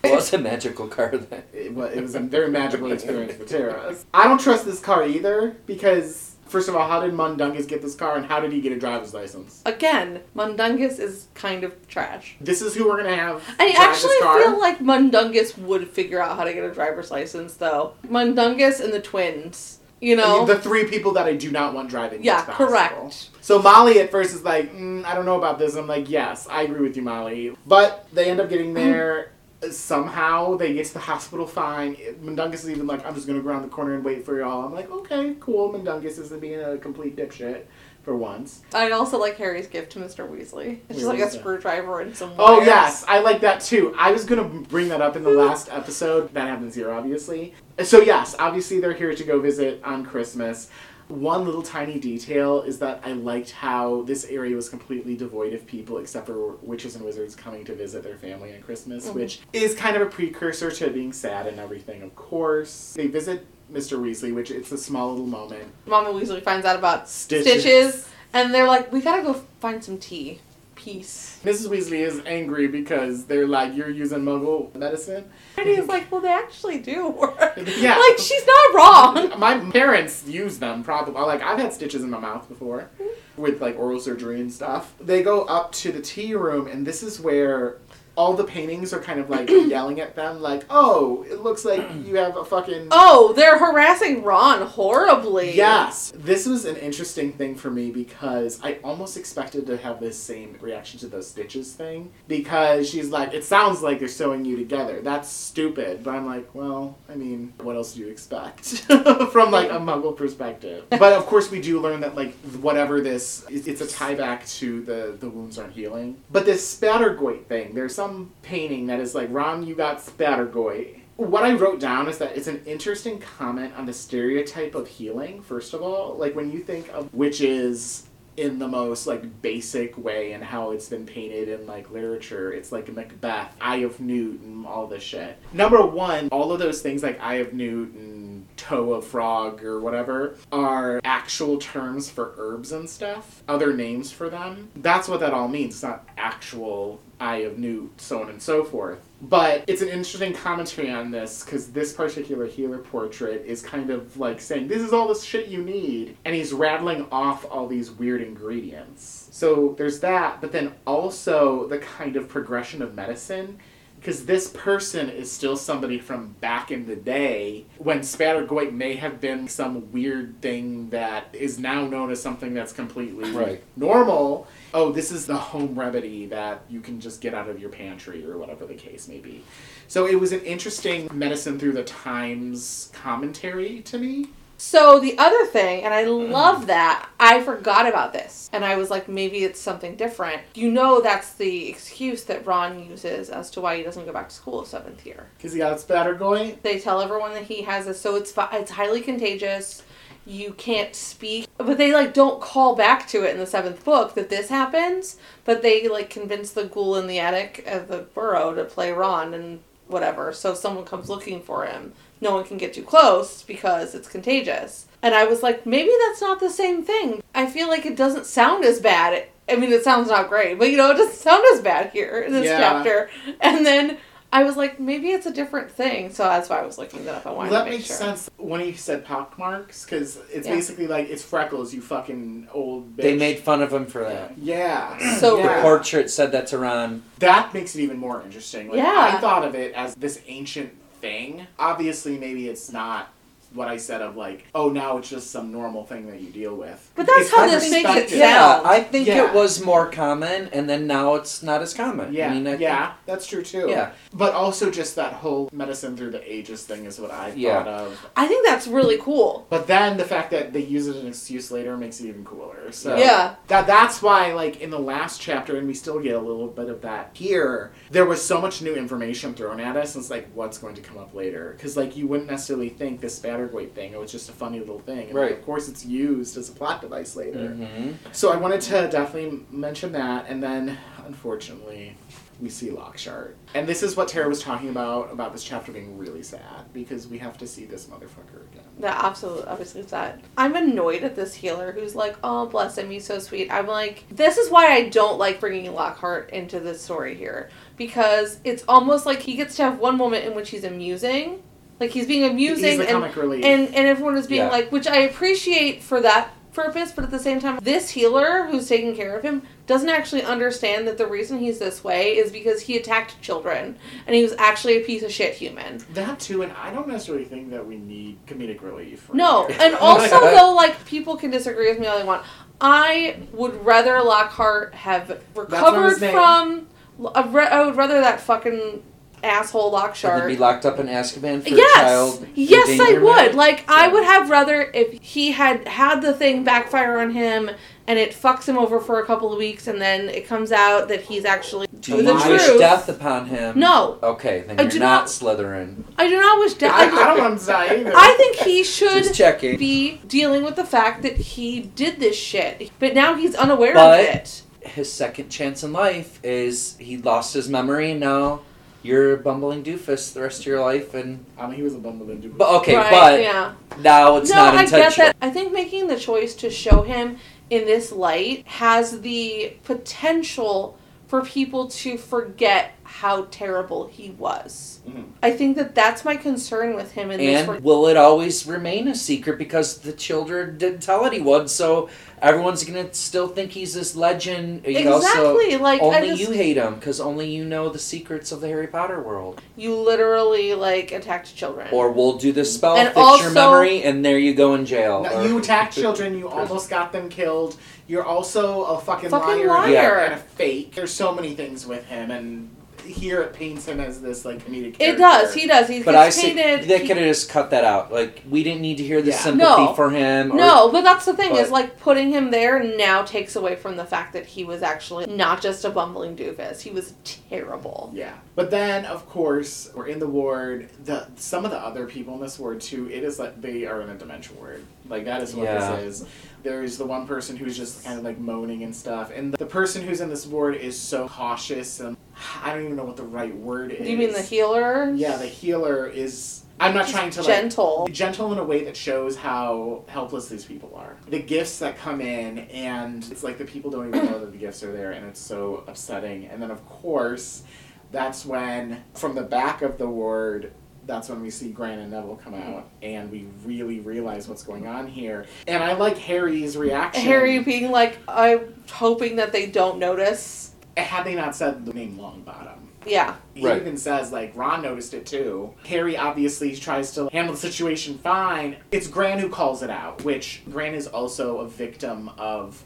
C: It was a magical car then.
B: It was, it was a very magical experience for Tara. I don't trust this car either because, first of all, how did Mundungus get this car and how did he get a driver's license?
A: Yeah. Again, Mundungus is kind of trash.
B: This is who we're going to have.
A: I
B: drive
A: actually
B: this car?
A: feel like Mundungus would figure out how to get a driver's license, though. Mundungus and the twins. You know?
B: The three people that I do not want driving. me
A: yeah,
B: to the hospital.
A: correct.
B: So Molly at first is like, mm, I don't know about this. I'm like, yes, I agree with you, Molly. But they end up getting there. Somehow they get to the hospital fine. Mundungus is even like, I'm just gonna go around the corner and wait for y'all. I'm like, okay, cool. Mundungus isn't being a complete dipshit for once.
A: I also like Harry's gift to Mr. Weasley. It's just
B: Where
A: like a
B: was that?
A: screwdriver and some.
B: Oh
A: wires.
B: yes, I like that too. I was gonna bring that up in the last episode. That happens here, obviously. So yes, obviously they're here to go visit on Christmas. One little tiny detail is that I liked how this area was completely devoid of people except for witches and wizards coming to visit their family on Christmas, which is kind of a precursor to being sad and everything, of course. They visit Mr. Weasley, which it's a small little moment.
A: Mama Weasley finds out about
B: Stitches.
A: stitches. and they're like, "We gotta go find some tea, peace."
B: Mrs. Weasley is angry because they're like, You're using muggle medicine?
A: And he's like, "Well, they actually do work.
B: Yeah.
A: Like she's not wrong."
B: My parents use them probably. Like I've had stitches in my mouth before, with like oral surgery and stuff. They go up to the tea room, and this is where all the paintings are kind of like yelling at them, like, "Oh, it looks like you have a fucking."
A: Oh, they're harassing Ron horribly.
B: Yes, this was an interesting thing for me because I almost expected to have this same reaction to the stitches thing because she's like, it sounds like they're sewing you together. That's stupid. But I'm like, well, I mean, what else do you expect from like a Muggle perspective? But of course, we do learn that like whatever this, it- it's a tie back to the the wounds aren't healing. But this spattergoit thing, there's some painting that is like, Ron, you got spattergoit. what I wrote down is that it's an interesting comment on the stereotype of healing, first of all. Like, when you think of witches in the most, like, basic way and how it's been painted in, like, literature, it's like Macbeth, Eye of Newt, and all this shit. Number one, all of those things, like Eye of Newt and Toe of Frog or whatever, are actual terms for herbs and stuff, other names for them. That's what that all means. It's not actual Eye of Newt, so on and so forth. But it's an interesting commentary on this because this particular healer portrait is kind of like saying, This is all the shit you need. And he's rattling off all these weird ingredients. So there's that, but then also the kind of progression of medicine because this person is still somebody from back in the day when Spattergoit may have been some weird thing that is now known as something that's completely
C: Right.
B: normal. Oh, this is the home remedy that you can just get out of your pantry or whatever the case may be. So it was an interesting medicine through the times commentary to me.
A: So the other thing, and I love that, I forgot about this. And I was like, maybe it's something different. You know that's the excuse that Ron uses as to why he doesn't go back to school seventh year.
B: Because he got Spattergoit.
A: They tell everyone that he has this, so it's fi- it's highly contagious. You can't speak, but they like don't call back to it in the seventh book that this happens. But they like convince the ghoul in the attic of the burrow to play Ron and whatever. So if someone comes looking for him, no one can get too close because it's contagious. And I was like, maybe that's not the same thing. I feel like it doesn't sound as bad. I mean, it sounds not great, but you know, it doesn't sound as bad here in this
B: Yeah.
A: chapter. And then I was like, maybe it's a different thing. So that's why I was looking that up. I wanted
B: Well, that
A: to make
B: makes
A: sure.
B: sense when he said pock marks, because it's
A: Yeah.
B: basically like it's freckles, you fucking old bitch.
C: They made fun of him for that.
B: yeah.
A: So
C: The
B: Yeah.
C: portrait said that to Ron.
B: that makes it even more interesting. Like,
A: Yeah.
B: I thought of it as this ancient thing. Obviously, maybe it's not what I said of like, oh, now it's just some normal thing that you deal with.
A: But that's
B: It's
A: how this makes it
B: perspective.
A: sound.
C: Yeah, I think
B: Yeah.
C: it was more common, and then now it's not as common.
B: Yeah,
C: I mean, I
B: yeah, that's true too.
C: Think, yeah.
B: but also just that whole medicine through the ages thing is what I
C: Yeah.
B: thought of.
A: I think that's really cool.
B: But then the fact that they use it as an excuse later makes it even cooler. So
A: Yeah.
B: That that's why like in the last chapter and we still get a little bit of that here. There was so much new information thrown at us and it's like what's going to come up later cuz like you wouldn't necessarily think this Spattergoit thing it was just a funny little thing and like,
C: Right.
B: of course it's used as a plot device later.
C: hmm
B: So I wanted to definitely mention that, and then unfortunately, we see Lockshart, and this is what Tara was talking about about this chapter being really sad because we have to see this motherfucker again.
A: That absolutely, obviously, is that. I'm annoyed at this healer who's like, oh, bless him, he's so sweet. I'm like, this is why I don't like bringing Lockhart into this story here. Because it's almost like he gets to have one moment in which he's amusing. Like, he's being
B: He's
A: amusing
B: the
A: and
B: comic relief.
A: and and everyone is being
C: Yeah.
A: like which i appreciate for that purpose but at the same time this healer who's taking care of him doesn't actually understand that the reason he's this way is because he attacked children and he was actually a piece of shit human
B: that too, and I don't necessarily think that we need comedic relief. right
A: no
B: here.
A: and also
C: Right.
A: though like people can disagree with me all they want i would rather lockhart have
B: what I'm
A: recovered
B: saying.
A: from I re- I would rather that fucking asshole
C: Should they
A: lockshart
C: be locked up in Azkaban for
A: yes.
C: child
A: Yes, I
C: endangerment?
A: would. Like, I
B: Yeah.
A: would have rather if he had had the thing backfire on him and it fucks him over for a couple of weeks and then it comes out that he's actually.
C: Do
A: The
C: you wish
A: truth-
C: death upon him?
A: No,
C: Okay, then
A: I
C: you're
A: do
C: not
A: not-
C: Slytherin.
A: I do not wish death.
B: I, I don't want him to die either.
A: I think he should
C: Just checking.
A: be dealing with the fact that he did this shit, but now he's unaware
C: But-
A: of it.
C: his second chance in life is he lost his memory and now you're a bumbling doofus the rest of your life and
B: I mean, he was a bumbling dude.
C: but okay
A: right?
C: but
A: yeah.
C: now it's
A: no,
C: not
A: I get
C: intentional
A: that. I think making the choice to show him in this light has the potential for people to forget how terrible he was.
B: Mhm.
A: I think that that's my concern with him in this.
C: Mm-hmm. and
A: re-
C: will it always remain a secret because the children didn't tell anyone so everyone's gonna still think he's this legend you know, so
A: exactly. like I
C: only
A: just,
C: you
A: you,
C: hate him because only you know the secrets of the harry potter world
A: literally like attacked children.
C: or we'll do this spell
A: And
C: fix your
A: also-
C: memory and there you go in jail
B: No,
C: or-
B: you attacked children. You almost got them killed. You're also a fucking,
A: Fucking
B: liar,
A: liar.
B: and a fake. There's so many things with him, and here it paints him as this like comedic.
A: It
B: character.
A: does. He does. He
C: But I
A: gets
C: see
A: painted.
C: they
A: he-
C: could have just cut that out. Like we didn't need to hear the
B: Yeah.
C: sympathy
A: No.
C: for him. Or,
A: No, but that's the thing is
C: but-
A: like putting him there now takes away from the fact that he was actually not just a bumbling doofus. He was terrible.
B: Yeah. But then, of course, we're in the ward. The some of the other people in this ward too. It is like they are in a dementia ward. Like that is what
C: Yeah.
B: this is. There's the one person who's just kind of like moaning and stuff, and the person who's in this ward is so cautious and I don't even know what the right word is.
A: Do you mean the healer?
B: Yeah, the healer is. I'm not
A: He's
B: trying to like
A: gentle.
B: gentle in a way that shows how helpless these people are. The gifts that come in, and it's like the people don't even know that the gifts are there, and it's so upsetting. And then, of course, that's when, from the back of the ward, that's when we see Gran and Neville come out, and we really realize what's going on here. And I like Harry's reaction.
A: Harry being like, I'm hoping that they don't notice.
B: had they not said the name Longbottom.
A: Yeah.
B: He
C: Right.
B: even says, like, Ron noticed it too. Harry obviously tries to handle the situation fine. It's Gran who calls it out, which Gran is also a victim of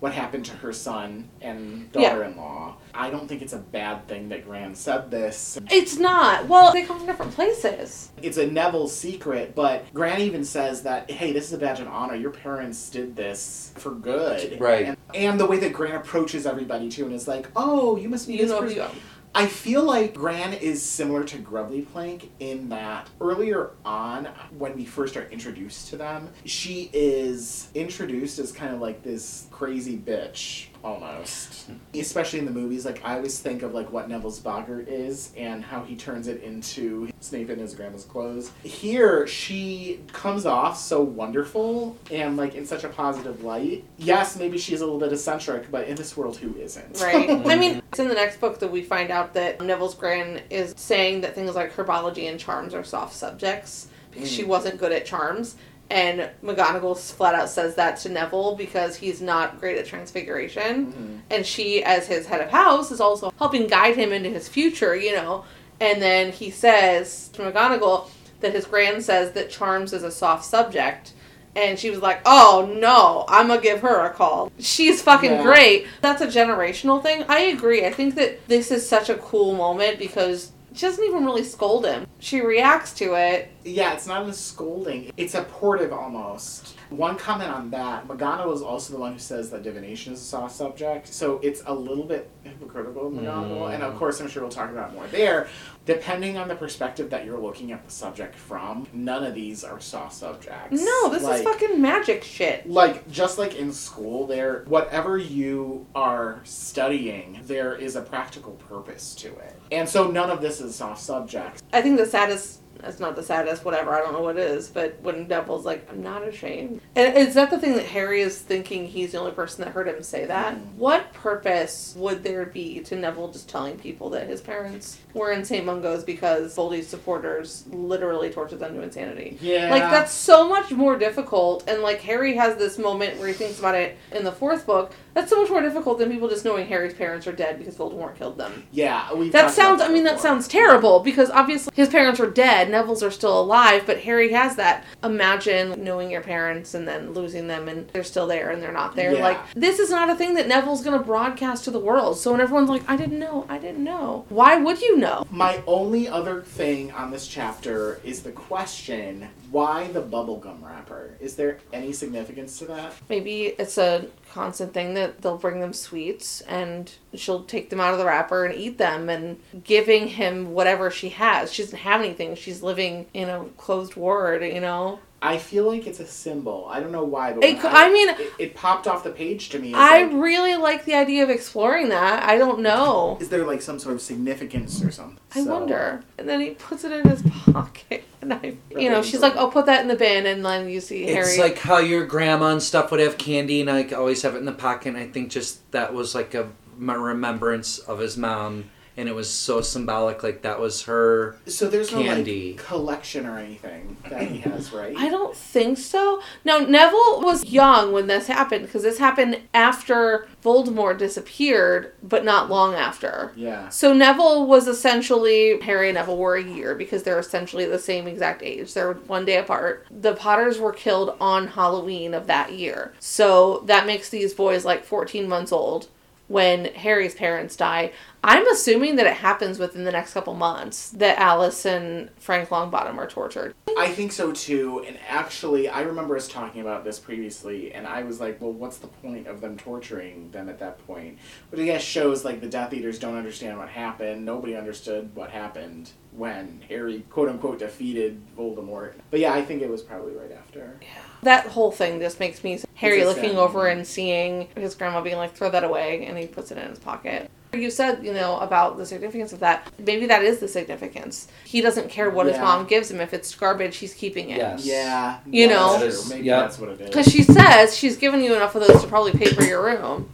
B: what happened to her son and
A: Yeah.
B: daughter in law. I don't think it's a bad thing that Gran said this.
A: It's not. Well, they come from different places.
B: It's a Neville secret, but Gran even says that, hey, this is a badge of honor. Your parents did this for good.
C: Right.
B: And, and the way that Gran approaches everybody too and is like, oh, you must be
A: You
B: this
A: know who
B: person.
A: you are.
B: I feel like Gran is similar to Grubly Plank in that earlier on, when we first are introduced to them, she is introduced as kind of like this crazy bitch almost. Especially in the movies, like I always think of like what Neville's boggart is and how he turns it into Snape in his grandma's clothes. Here, she comes off so wonderful and like in such a positive light. Yes, maybe she's a little bit eccentric, but in this world, who isn't?
A: Right. I mean, it's in the next book that we find out that Neville's Gran is saying that things like herbology and charms are soft subjects because
B: Hmm.
A: she wasn't good at charms. And McGonagall flat out says that to Neville because he's not great at transfiguration.
B: Mhm.
A: And she, as his head of house, is also helping guide him into his future, you know. And then he says to McGonagall that his gran says that charms is a soft subject. And she was like, oh no, I'm gonna give her a call. She's fucking
B: Yeah.
A: great. That's a generational thing. I agree. I think that this is such a cool moment because she doesn't even really scold him. She reacts to it.
B: Yeah, it's not a scolding. It's a portive almost. One comment on that, McGonagall is also the one who says that divination is a soft subject, so it's a little bit hypocritical of McGonagall, and of course I'm sure we'll talk about more there. Depending on the perspective that you're looking at the subject from, none of these are soft subjects.
A: No, this
B: Like-
A: is fucking magic shit.
B: like just like in school there whatever you are studying there is a practical purpose to it and so none of this is soft subjects
A: I think the saddest. That's not the saddest, whatever, I don't know what it is, but when Neville's like, I'm not ashamed. And is that the thing that Harry is thinking he's the only person that heard him say that? What purpose would there be to Neville just telling people that his parents were in St. Mungo's because Boldy's supporters literally tortured them to insanity?
B: yeah
A: Like that's so much more difficult, and like Harry has this moment where he thinks about it in the fourth book. That's so much more difficult than people just knowing Harry's parents are dead because Voldemort killed them.
B: yeah we've
A: That
B: talked about
A: sounds.
B: this
A: I mean, that
B: before.
A: sounds terrible because obviously his parents are dead. Neville's are still alive, but Harry has that. Imagine knowing your parents and then losing them, and they're still there and they're not there.
B: Yeah.
A: Like this is not a thing that Neville's gonna broadcast to the world. So when everyone's like, "I didn't know," I didn't know. Why would you know?
B: My only other thing on this chapter is the question why the bubblegum wrapper? Is there any significance to that?
A: Maybe it's a constant thing that they'll bring them sweets and she'll take them out of the wrapper and eat them and giving him whatever she has. She doesn't have anything. She's living in a closed ward, you know?
B: I feel like it's a symbol. I don't know why, but
A: It
B: when
A: cou- I mean-
B: it, it popped off the page to me. It's
A: I
B: like,
A: really like the idea of exploring that. I don't know.
B: is there like some sort of significance or something?
A: I
B: So-
A: wonder. And then he puts it in his pocket. And I, you know, she's like, I'll put that in the bin. And then you see Harry.
C: It's like how your grandma and stuff would have candy and like always have it in the pocket. And I think just that was like a my remembrance of his mom, and it was so symbolic. Like that was her.
B: So there's no
C: Candy.
B: like collection or anything that he has, right?
A: I don't think so. No, Neville was young when this happened because this happened after Voldemort disappeared, but not long after.
B: yeah.
A: So Neville was essentially Harry and Neville were a year because they're essentially the same exact age. They're one day apart. The Potters were killed on Halloween of that year. So that makes these boys like 14 months old when Harry's parents die. I'm assuming that it happens within the next couple months that Alice and Frank Longbottom are tortured.
B: I think so too, and actually, I remember us talking about this previously, and I was like, well, what's the point of them torturing them at that point? But I guess shows like the Death Eaters don't understand what happened, nobody understood what happened when Harry, quote unquote, defeated Voldemort. But yeah, I think it was probably right after.
A: That whole thing just makes me Harry
B: It's a
A: looking
B: sad
A: over
B: moment.
A: and seeing his grandma being like, throw that away, and he puts it in his pocket. You said, you know, about the significance of that. Maybe that is the significance. He doesn't care what his
B: Yeah.
A: mom gives him. If it's garbage, he's keeping it.
C: Yes.
B: Yeah.
A: You
B: that's
A: know.
B: true.
C: That is-
B: Maybe
C: yeah.
B: that's what it is.
A: Because she says she's given you enough of those to probably pay for your room.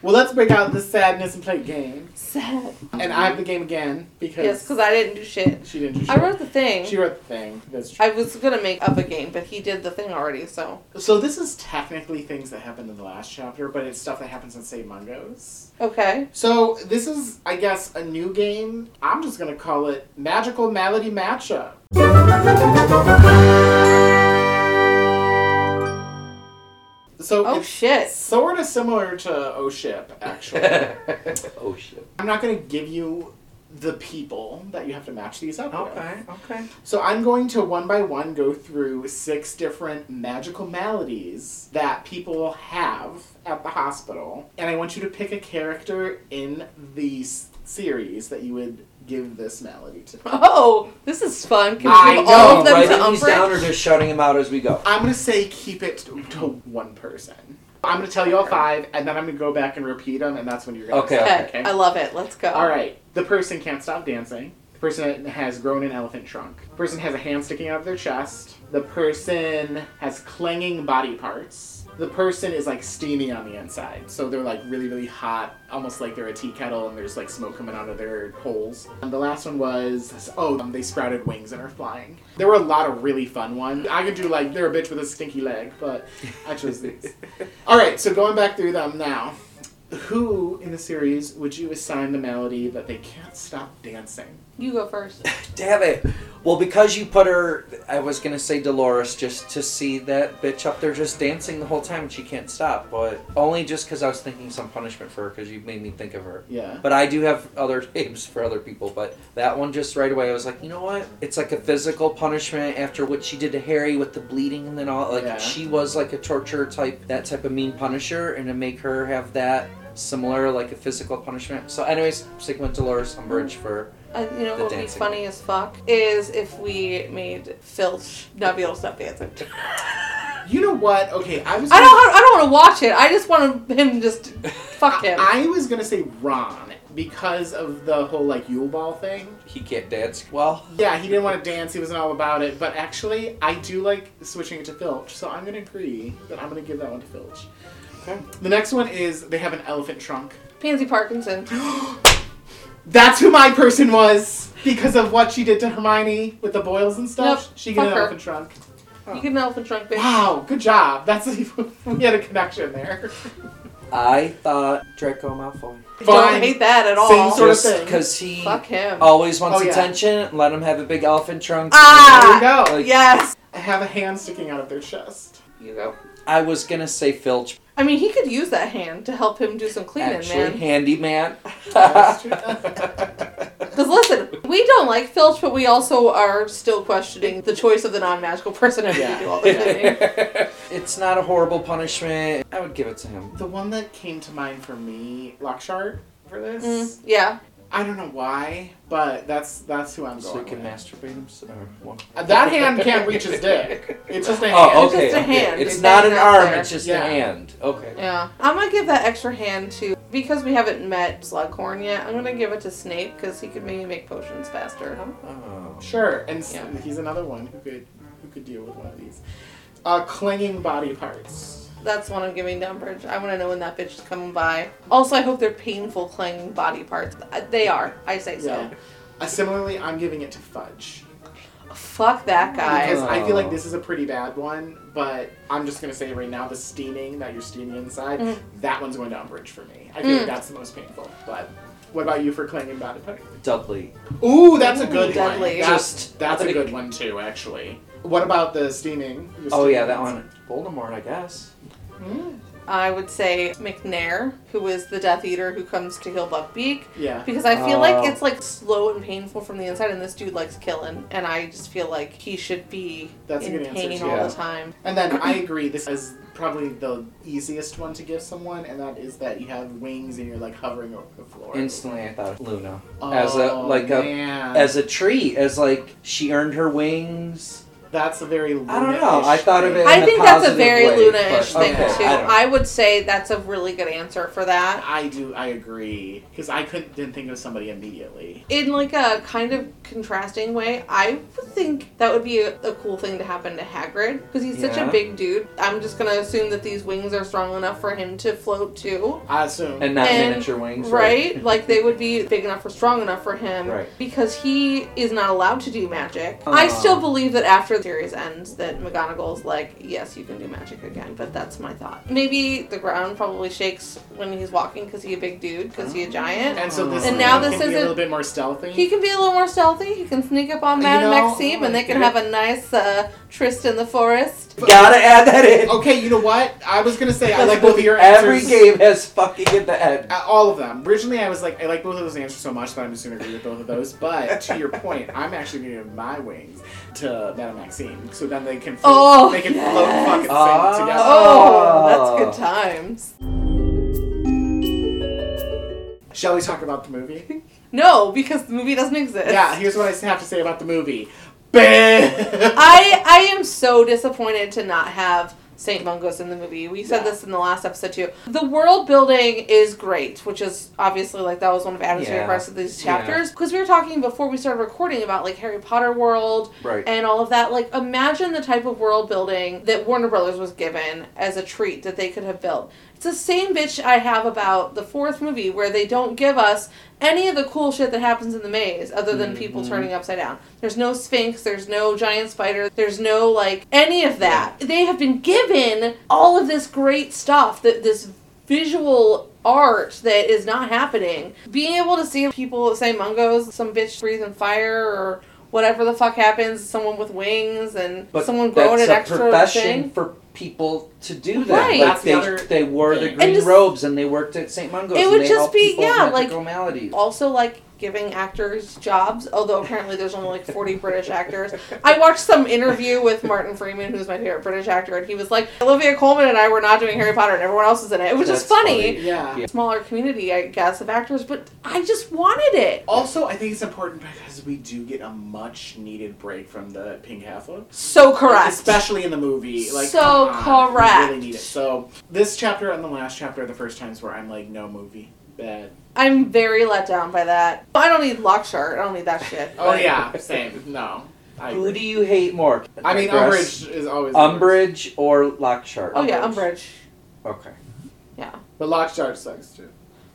B: Well, let's break out the sadness and play games.
A: Sad.
B: And I have the game again because
A: Yes, because I didn't do shit.
B: she didn't do
A: I
B: shit.
A: wrote the thing.
B: She wrote the thing. That's true.
A: I was gonna make up a game, but he did the thing already, so
B: So this is technically things that happened in the last chapter, but it's stuff that happens in Save Mungos.
A: okay.
B: So this is, I guess, a new game. I'm just gonna call it Magical Malady Matchup. So
A: Oh
B: it's
A: shit.
B: sort of similar to O Ship, actually.
C: oh shit.
B: I'm not gonna give you the people that you have to match these up with.
C: Okay.
B: So I'm going to one by one go through six different magical maladies that people have at the hospital, and I want you to pick a character in the s- series that you would give this malady to.
A: Oh, this is fun. Can
B: I
A: we give all of
B: know,
A: them
C: writing
A: to
C: these down or
A: Umbridge?
C: just shouting them out as we go.
B: I'm gonna say keep it to one person. I'm gonna tell you all five, and then I'm gonna go back and repeat them, and that's when you're gonna.
C: Okay.
B: say,
A: Okay, I love it. Let's go.
B: All right. The person can't stop dancing. The person has grown an elephant trunk. The person has a hand sticking out of their chest. The person has clanging body parts. The person is like steamy on the inside. So they're like really, really hot, almost like they're a tea kettle and there's like smoke coming out of their holes. And the last one was oh, um, they sprouted wings and are flying. There were a lot of really fun ones. I could do like they're a bitch with a stinky leg, but I chose these. All right, so going back through them now. Who in the series would you assign the melody that they can't stop dancing?
A: You go first.
C: Damn it. Well, because you put her, I was gonna say Dolores, just to see that bitch up there just dancing the whole time and she can't stop, but only just because I was thinking some punishment for her because you made me think of her.
B: Yeah.
C: But I do have other names for other people, but that one just right away I was like, you know what? It's like a physical punishment after what she did to Harry with the bleeding and then all. Like
B: Yeah.
C: she was like a torture type, that type of mean punisher, and to make her have that similar like a physical punishment. So, anyways, sticking with Dolores Umbridge
B: Hmm.
C: for
A: Uh, you know
C: The
A: what would be
C: dancing.
A: funny as fuck is if we made Filch Nabil stop dancing.
B: You know what? Okay, I was.
A: I don't. I don't want to watch it. I just want him to just fuck him.
B: I was gonna say Ron because of the whole like Yule Ball thing.
C: he can't dance well.
B: Yeah, he didn't want to dance. He wasn't all about it. But actually, I do like switching it to Filch, so I'm gonna agree that I'm gonna give that one to Filch.
C: Okay.
B: The next one is they have an elephant trunk.
A: Pansy Parkinson.
B: That's who my person was because of what she did to Hermione with the boils and stuff.
A: Nope,
B: she got
A: fuck
B: an
A: her.
B: elephant trunk.
A: You get an elephant trunk, bitch.
B: Wow, good job. That's we had a connection there.
C: I thought Draco Malfoy.
A: Don't hate that at all.
B: Same sort of
C: Just
B: thing.
C: because he
A: Fuck him.
C: always wants
B: Oh, yeah.
C: attention, let him have a big elephant trunk.
B: There you
A: ah,
B: go.
C: Like,
A: yes.
B: I have a hand sticking out of their chest.
A: You go.
C: I was gonna say Filch,
A: I mean, he could use that hand to help him do some cleaning,
C: actually,
A: man.
C: handyman.
B: That's true.
A: Because listen, we don't like Filch, but we also are still questioning the choice of the non-magical person if
B: Yeah.
A: you do all the time.
C: it's not a horrible punishment. I would give it to him.
B: the one that came to mind for me, Lockshart, for this.
A: Mm, yeah.
B: I don't know why, but that's that's who I'm
C: So
B: going
C: he can
B: with.
C: masturbate himself.
B: Uh, That hand can't reach his dick. It's just a hand.
C: Oh, okay.
A: It's just a
C: okay.
A: hand.
C: It's
A: It's
C: not
A: hanging
C: an
A: out
C: arm.
A: there.
C: It's just
B: Yeah.
C: a hand. Okay.
A: Yeah. I'm gonna give that extra hand to because we haven't met Slughorn yet. I'm gonna give it to Snape because he could maybe make potions faster.
B: Uh-huh.
C: Oh.
B: Sure, and s-
A: Yeah.
B: he's another one who could who could deal with one of these. Uh, clinging body parts.
A: That's what I'm giving to Umbridge. I want to know when that bitch is coming by. Also, I hope they're painful, clanging body parts. Uh, They are. I say so.
B: Yeah. Uh, similarly, I'm giving it to Fudge.
A: Fuck that guy.
B: Because I feel
C: Oh.
B: like this is a pretty bad one, but I'm just gonna say right now the steaming that you're steaming inside,
A: Mm.
B: that one's going to umbrage for me. I feel like that's the most painful. But what about you for clanging body part?
C: Dudley.
B: Ooh, that's a
A: Ooh,
B: good
A: Dudley.
B: one. That's,
C: Just-
B: that's a good one too, actually. What about the steaming? The
C: Oh yeah, that
B: steaming
C: one. Voldemort, I guess.
B: ones? Mm.
A: I would say McNair, who is the Death Eater who comes to kill Buckbeak.
B: Yeah.
A: Because I feel like
C: Oh.
A: it's like slow and painful from the inside, and this dude likes killing, and I just feel like he should be
B: That's a
A: in
B: good answer,
A: pain
B: too.
A: all
C: Yeah.
A: the time.
B: And then I agree, this is probably the easiest one to give someone, and that is that you have wings and you're like hovering over the floor.
C: Instantly, I thought of Luna
B: Oh,
C: as a like a
B: man.
C: as a tree, as like she earned her wings.
B: that's a very.
C: I don't know. I thought of it.
B: Luna-ish
A: I
C: in
A: think
C: a
A: that's a
C: positive
A: very
C: way,
A: Luna-ish
C: but-
A: thing
B: okay,
A: too.
C: I don't know.
A: I, would say that's a really good answer for
B: thing.
A: that.
B: I do. I agree because I couldn't didn't think of somebody immediately.
A: In like a kind of contrasting way, I would think that would be a, a cool thing to happen to Hagrid because he's such
C: Yeah.
A: a big dude. I'm just gonna assume that these wings are strong enough for him to float too.
B: I assume.
C: and not
A: And-
C: miniature wings,
A: Right? Like they would be big enough or strong enough for him
C: Right.
A: because he is not allowed to do magic. I
C: Aw.
A: still believe that after the series ends that McGonagall's like, yes, you can do magic again, but that's my thought. Maybe the ground probably shakes when he's walking because he a big dude, because he a giant.
B: And so this.
A: And
B: is-
A: now
B: can
A: this
B: be a
A: isn't-
B: little bit more stealthy.
A: He can be a little more stealthy. He can sneak up on
B: You
A: Madame
B: know,
A: Maxime,
B: oh
A: and
B: my
A: they can have a nice uh, tryst in the forest.
C: Gotta add that in.
B: okay, you know what? I was gonna say I like
C: Like,
B: both of your answers.
C: Every game has fucking at the end.
B: Uh, all of them. Originally, I was like, I like both of those answers so much that I'm just gonna agree with both of those. But to your point, I'm actually gonna give my wings to Madame Maxime, so then they can float,
A: Oh,
B: they can float and fucking sing
C: yes.
B: together.
A: Oh,
C: Oh.
A: that's good times.
B: Shall we talk about the movie?
A: No, because the movie doesn't exist.
B: yeah, here's what I have to say about the movie. Bam!
A: I I am so disappointed to not have St. Mungo's in the movie. We said
B: Yeah.
A: this in the last episode too. The world building is great, which is obviously like that was one of Adam's
C: Yeah.
A: favorite parts of these
C: Yeah.
A: chapters. Because we were talking before we started recording about like Harry Potter world
C: Right.
A: and all of that. Like imagine the type of world building that Warner Brothers was given as a treat that they could have built. It's the same bitch I have about the fourth movie where they don't give us any of the cool shit that happens in the maze other than people
C: Mhm.
A: turning upside down. There's no sphinx, there's no giant spider, there's no like any of that. They have been given all of this great stuff that this visual art that is not happening. Being able to see people say mungos, some bitch breathing fire or whatever the fuck happens, someone with wings and
C: But
A: someone growing
C: that's
A: an
C: a
A: extra
C: profession
A: thing.
C: for people to do that.
A: Right.
C: Like
B: That's
C: they,
B: the other
C: they wore the
B: thing.
C: green
A: And just-
C: robes and they worked at St. Mungo's.
A: It
C: and
A: would
C: they
A: just
C: helped
A: be-
C: people with
A: yeah, like-
C: magical maladies.
A: Also like giving actors jobs, although apparently there's only like 40 British actors. I watched some interview with Martin Freeman, who's my favorite British actor, and he was like, Olivia Colman and I were not doing Harry Potter and everyone else was in it, which is
C: That's
A: funny.
B: yeah.
C: Yeah.
A: Smaller community, I guess, of actors, but I just wanted it.
B: Also, I think it's important because we do get a much needed break from the pink half-look.
A: So correct.
B: Especially in the movie. Like,
A: So
B: come on, we
A: correct.
B: really need it. So, this chapter and the last chapter are the first times where I'm like, no movie. Bad.
A: I'm very let down by that. I don't need Lockshart. I don't need that shit.
B: Oh, yeah. Same. No. I
C: Who
B: agree.
C: do you hate more?
B: I mean,
C: Digress.
B: Umbridge is always. the worst.
C: Umbridge or Lockshart?
A: Oh yeah,
B: Umbridge.
A: Umbridge.
C: Okay.
A: Yeah.
B: But Lockjaw sucks too.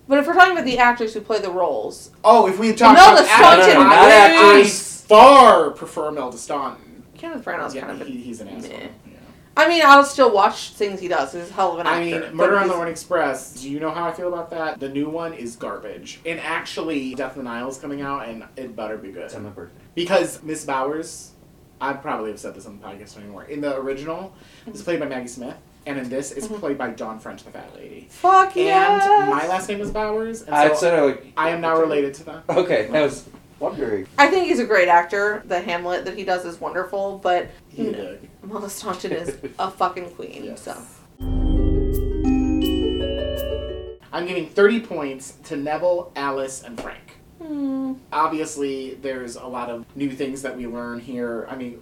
A: But if we're talking about the actors who play the roles,
B: Oh, if we talk
A: No,
B: about
A: the
B: actors,
C: Staunton
B: I-
C: Not
B: I
C: actors.
B: far prefer Melda Staunton.
A: Kenneth Branagh's
B: Yeah,
A: kind of. A,
B: he, he's an asshole.
A: Meh.
B: Yeah.
A: I mean, I'll still watch things he does. He's a hell of an actor.
B: I mean,
A: but
B: Murder on the
A: he's-
B: Orient Express. Do you know how I feel about that? The new one is garbage. And actually, Death in the Nile is coming out, and it better be good.
C: It's on my birthday.
B: Because Miss Bowers, I probably have said this on the podcast anymore. In the original, it's played by Maggie Smith, and in this, it's
A: Mhm.
B: played by Dawn French, the fat lady.
A: Fuck yes.
B: And my last name is Bowers, and so
C: I said I would.
B: I am now related to them.
C: Okay, I was wondering.
A: I think he's a great actor. The Hamlet that he does is wonderful, but
B: He
A: No.
B: did.
A: Melissa Staunton is a fucking queen.
B: Yes.
A: So
B: I'm giving 30 points to Neville, Alice, and Frank.
A: Hmm.
B: Obviously, there's a lot of new things that we learn here. I mean,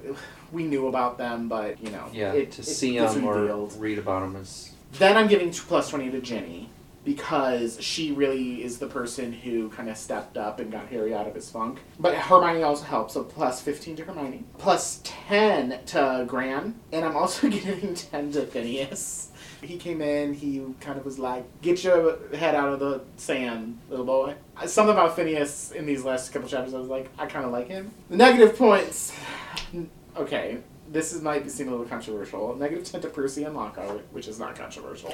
B: we knew about them, but you know,
C: Yeah,
B: it,
C: to
B: it
C: see
B: gets
C: him or
B: revealed.
C: read about him is.
B: Then I'm giving two plus twenty to Jenny because she really is the person who kind of stepped up and got Harry out of his funk. But Hermione also helps, so plus fifteen to Hermione, plus ten to Gran, and I'm also giving ten to Phineas. He came in, he kind of was like, Get your head out of the sand, little boy. Uh, Something about Phineas in these last couple chapters, I was like, I kind of like him. The negative points. Okay, this is, might seem a little controversial. Negative 10 to Percy and Lockhart, which is not controversial.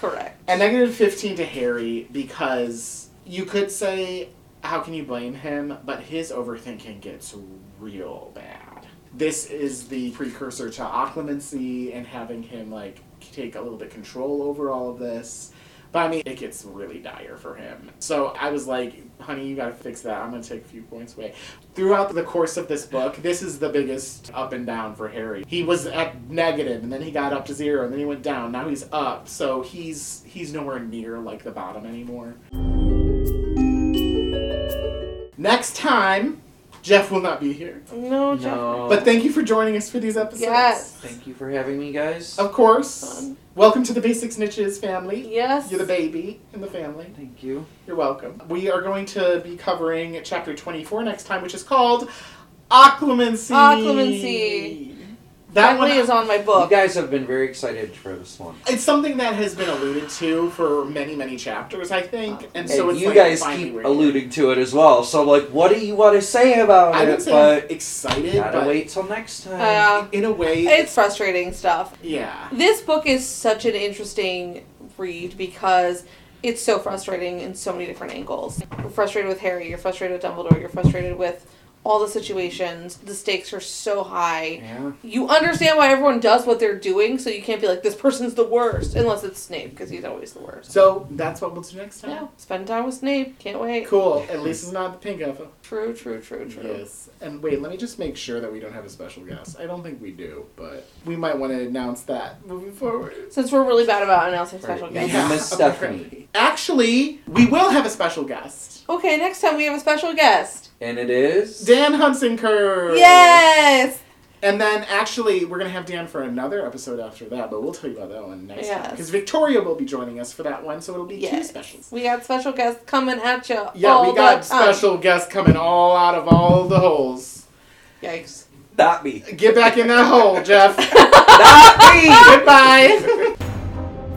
A: correct.
B: and negative 15 to Harry because you could say, how can you blame him? But his overthinking gets real bad. This is the precursor to occlumency and having him, like, take a little bit control over all of this. But I mean, it gets really dire for him. So I was like, honey, you gotta fix that. I'm gonna take a few points away. Throughout the course of this book, this is the biggest up and down for Harry. He was at negative, and then he got up to zero, and then he went down. Now he's up, so he's he's nowhere near like the bottom anymore. Next time, Jeff will not be here.
A: No, Jeff.
C: No.
B: But thank you for joining us for these episodes.
A: Yes.
C: Oh. Thank you for having me, guys.
B: Of course. Welcome to the Basics Niches family.
A: Yes.
B: You're the baby in the family.
C: Thank you.
B: You're welcome. We are going to be covering chapter 24 next time, which is called Occlumency.
A: Occlumency.
B: That
A: Bentley
B: one
A: is on my
C: You
A: book.
C: guys have been very excited for this one.
B: It's something that has been alluded to for many, many chapters, I think. And so
C: and
B: it's
C: Uh, you
B: like
C: guys
B: finally
C: keep
B: we're here.
C: alluding to it as well. So, like, what do you want to say about
B: I would
C: it?
B: say
C: But
B: I'm excited,
C: gotta
B: but
C: wait till next time.
A: Uh,
B: in a way,
A: it's frustrating stuff.
B: yeah.
A: This book is such an interesting read because it's so frustrating in so many different angles. You're frustrated with Harry, you're frustrated with Dumbledore, you're frustrated with all the situations. The stakes are so high.
B: Uh,
C: yeah.
A: You understand why everyone does what they're doing, so you can't be like, this person's the worst, unless it's Snape, because he's always the worst.
B: So that's what we'll do next time.
A: Yeah, spend time with Snape. Can't wait.
B: Cool. At least it's not the pink alpha.
A: True, true, true, true.
B: Yes. And wait, let me just make sure that we don't have a special guest. I don't think we do, but we might want to announce that moving forward.
A: Since we're really bad about announcing special
C: Right.
A: guests.
B: Yeah.
C: Miss Stephanie.
B: Actually, we will have a special guest.
A: Okay, next time we have a special guest.
C: And it is.
B: Dan Hunsinger.
A: Yes!
B: And then actually, we're going to have Dan for another episode after that, but we'll tell you about that one next time.
A: Yes.
B: Because Victoria will be joining us for that one, so it'll be two
A: Yes.
B: specials.
A: We got special guests coming at you.
B: Yeah,
A: all
B: we got
A: the time.
B: special guests coming all out of all the holes.
A: Yikes.
C: Not me.
B: Get back in that hole, Jeff.
C: Not me!
B: Goodbye.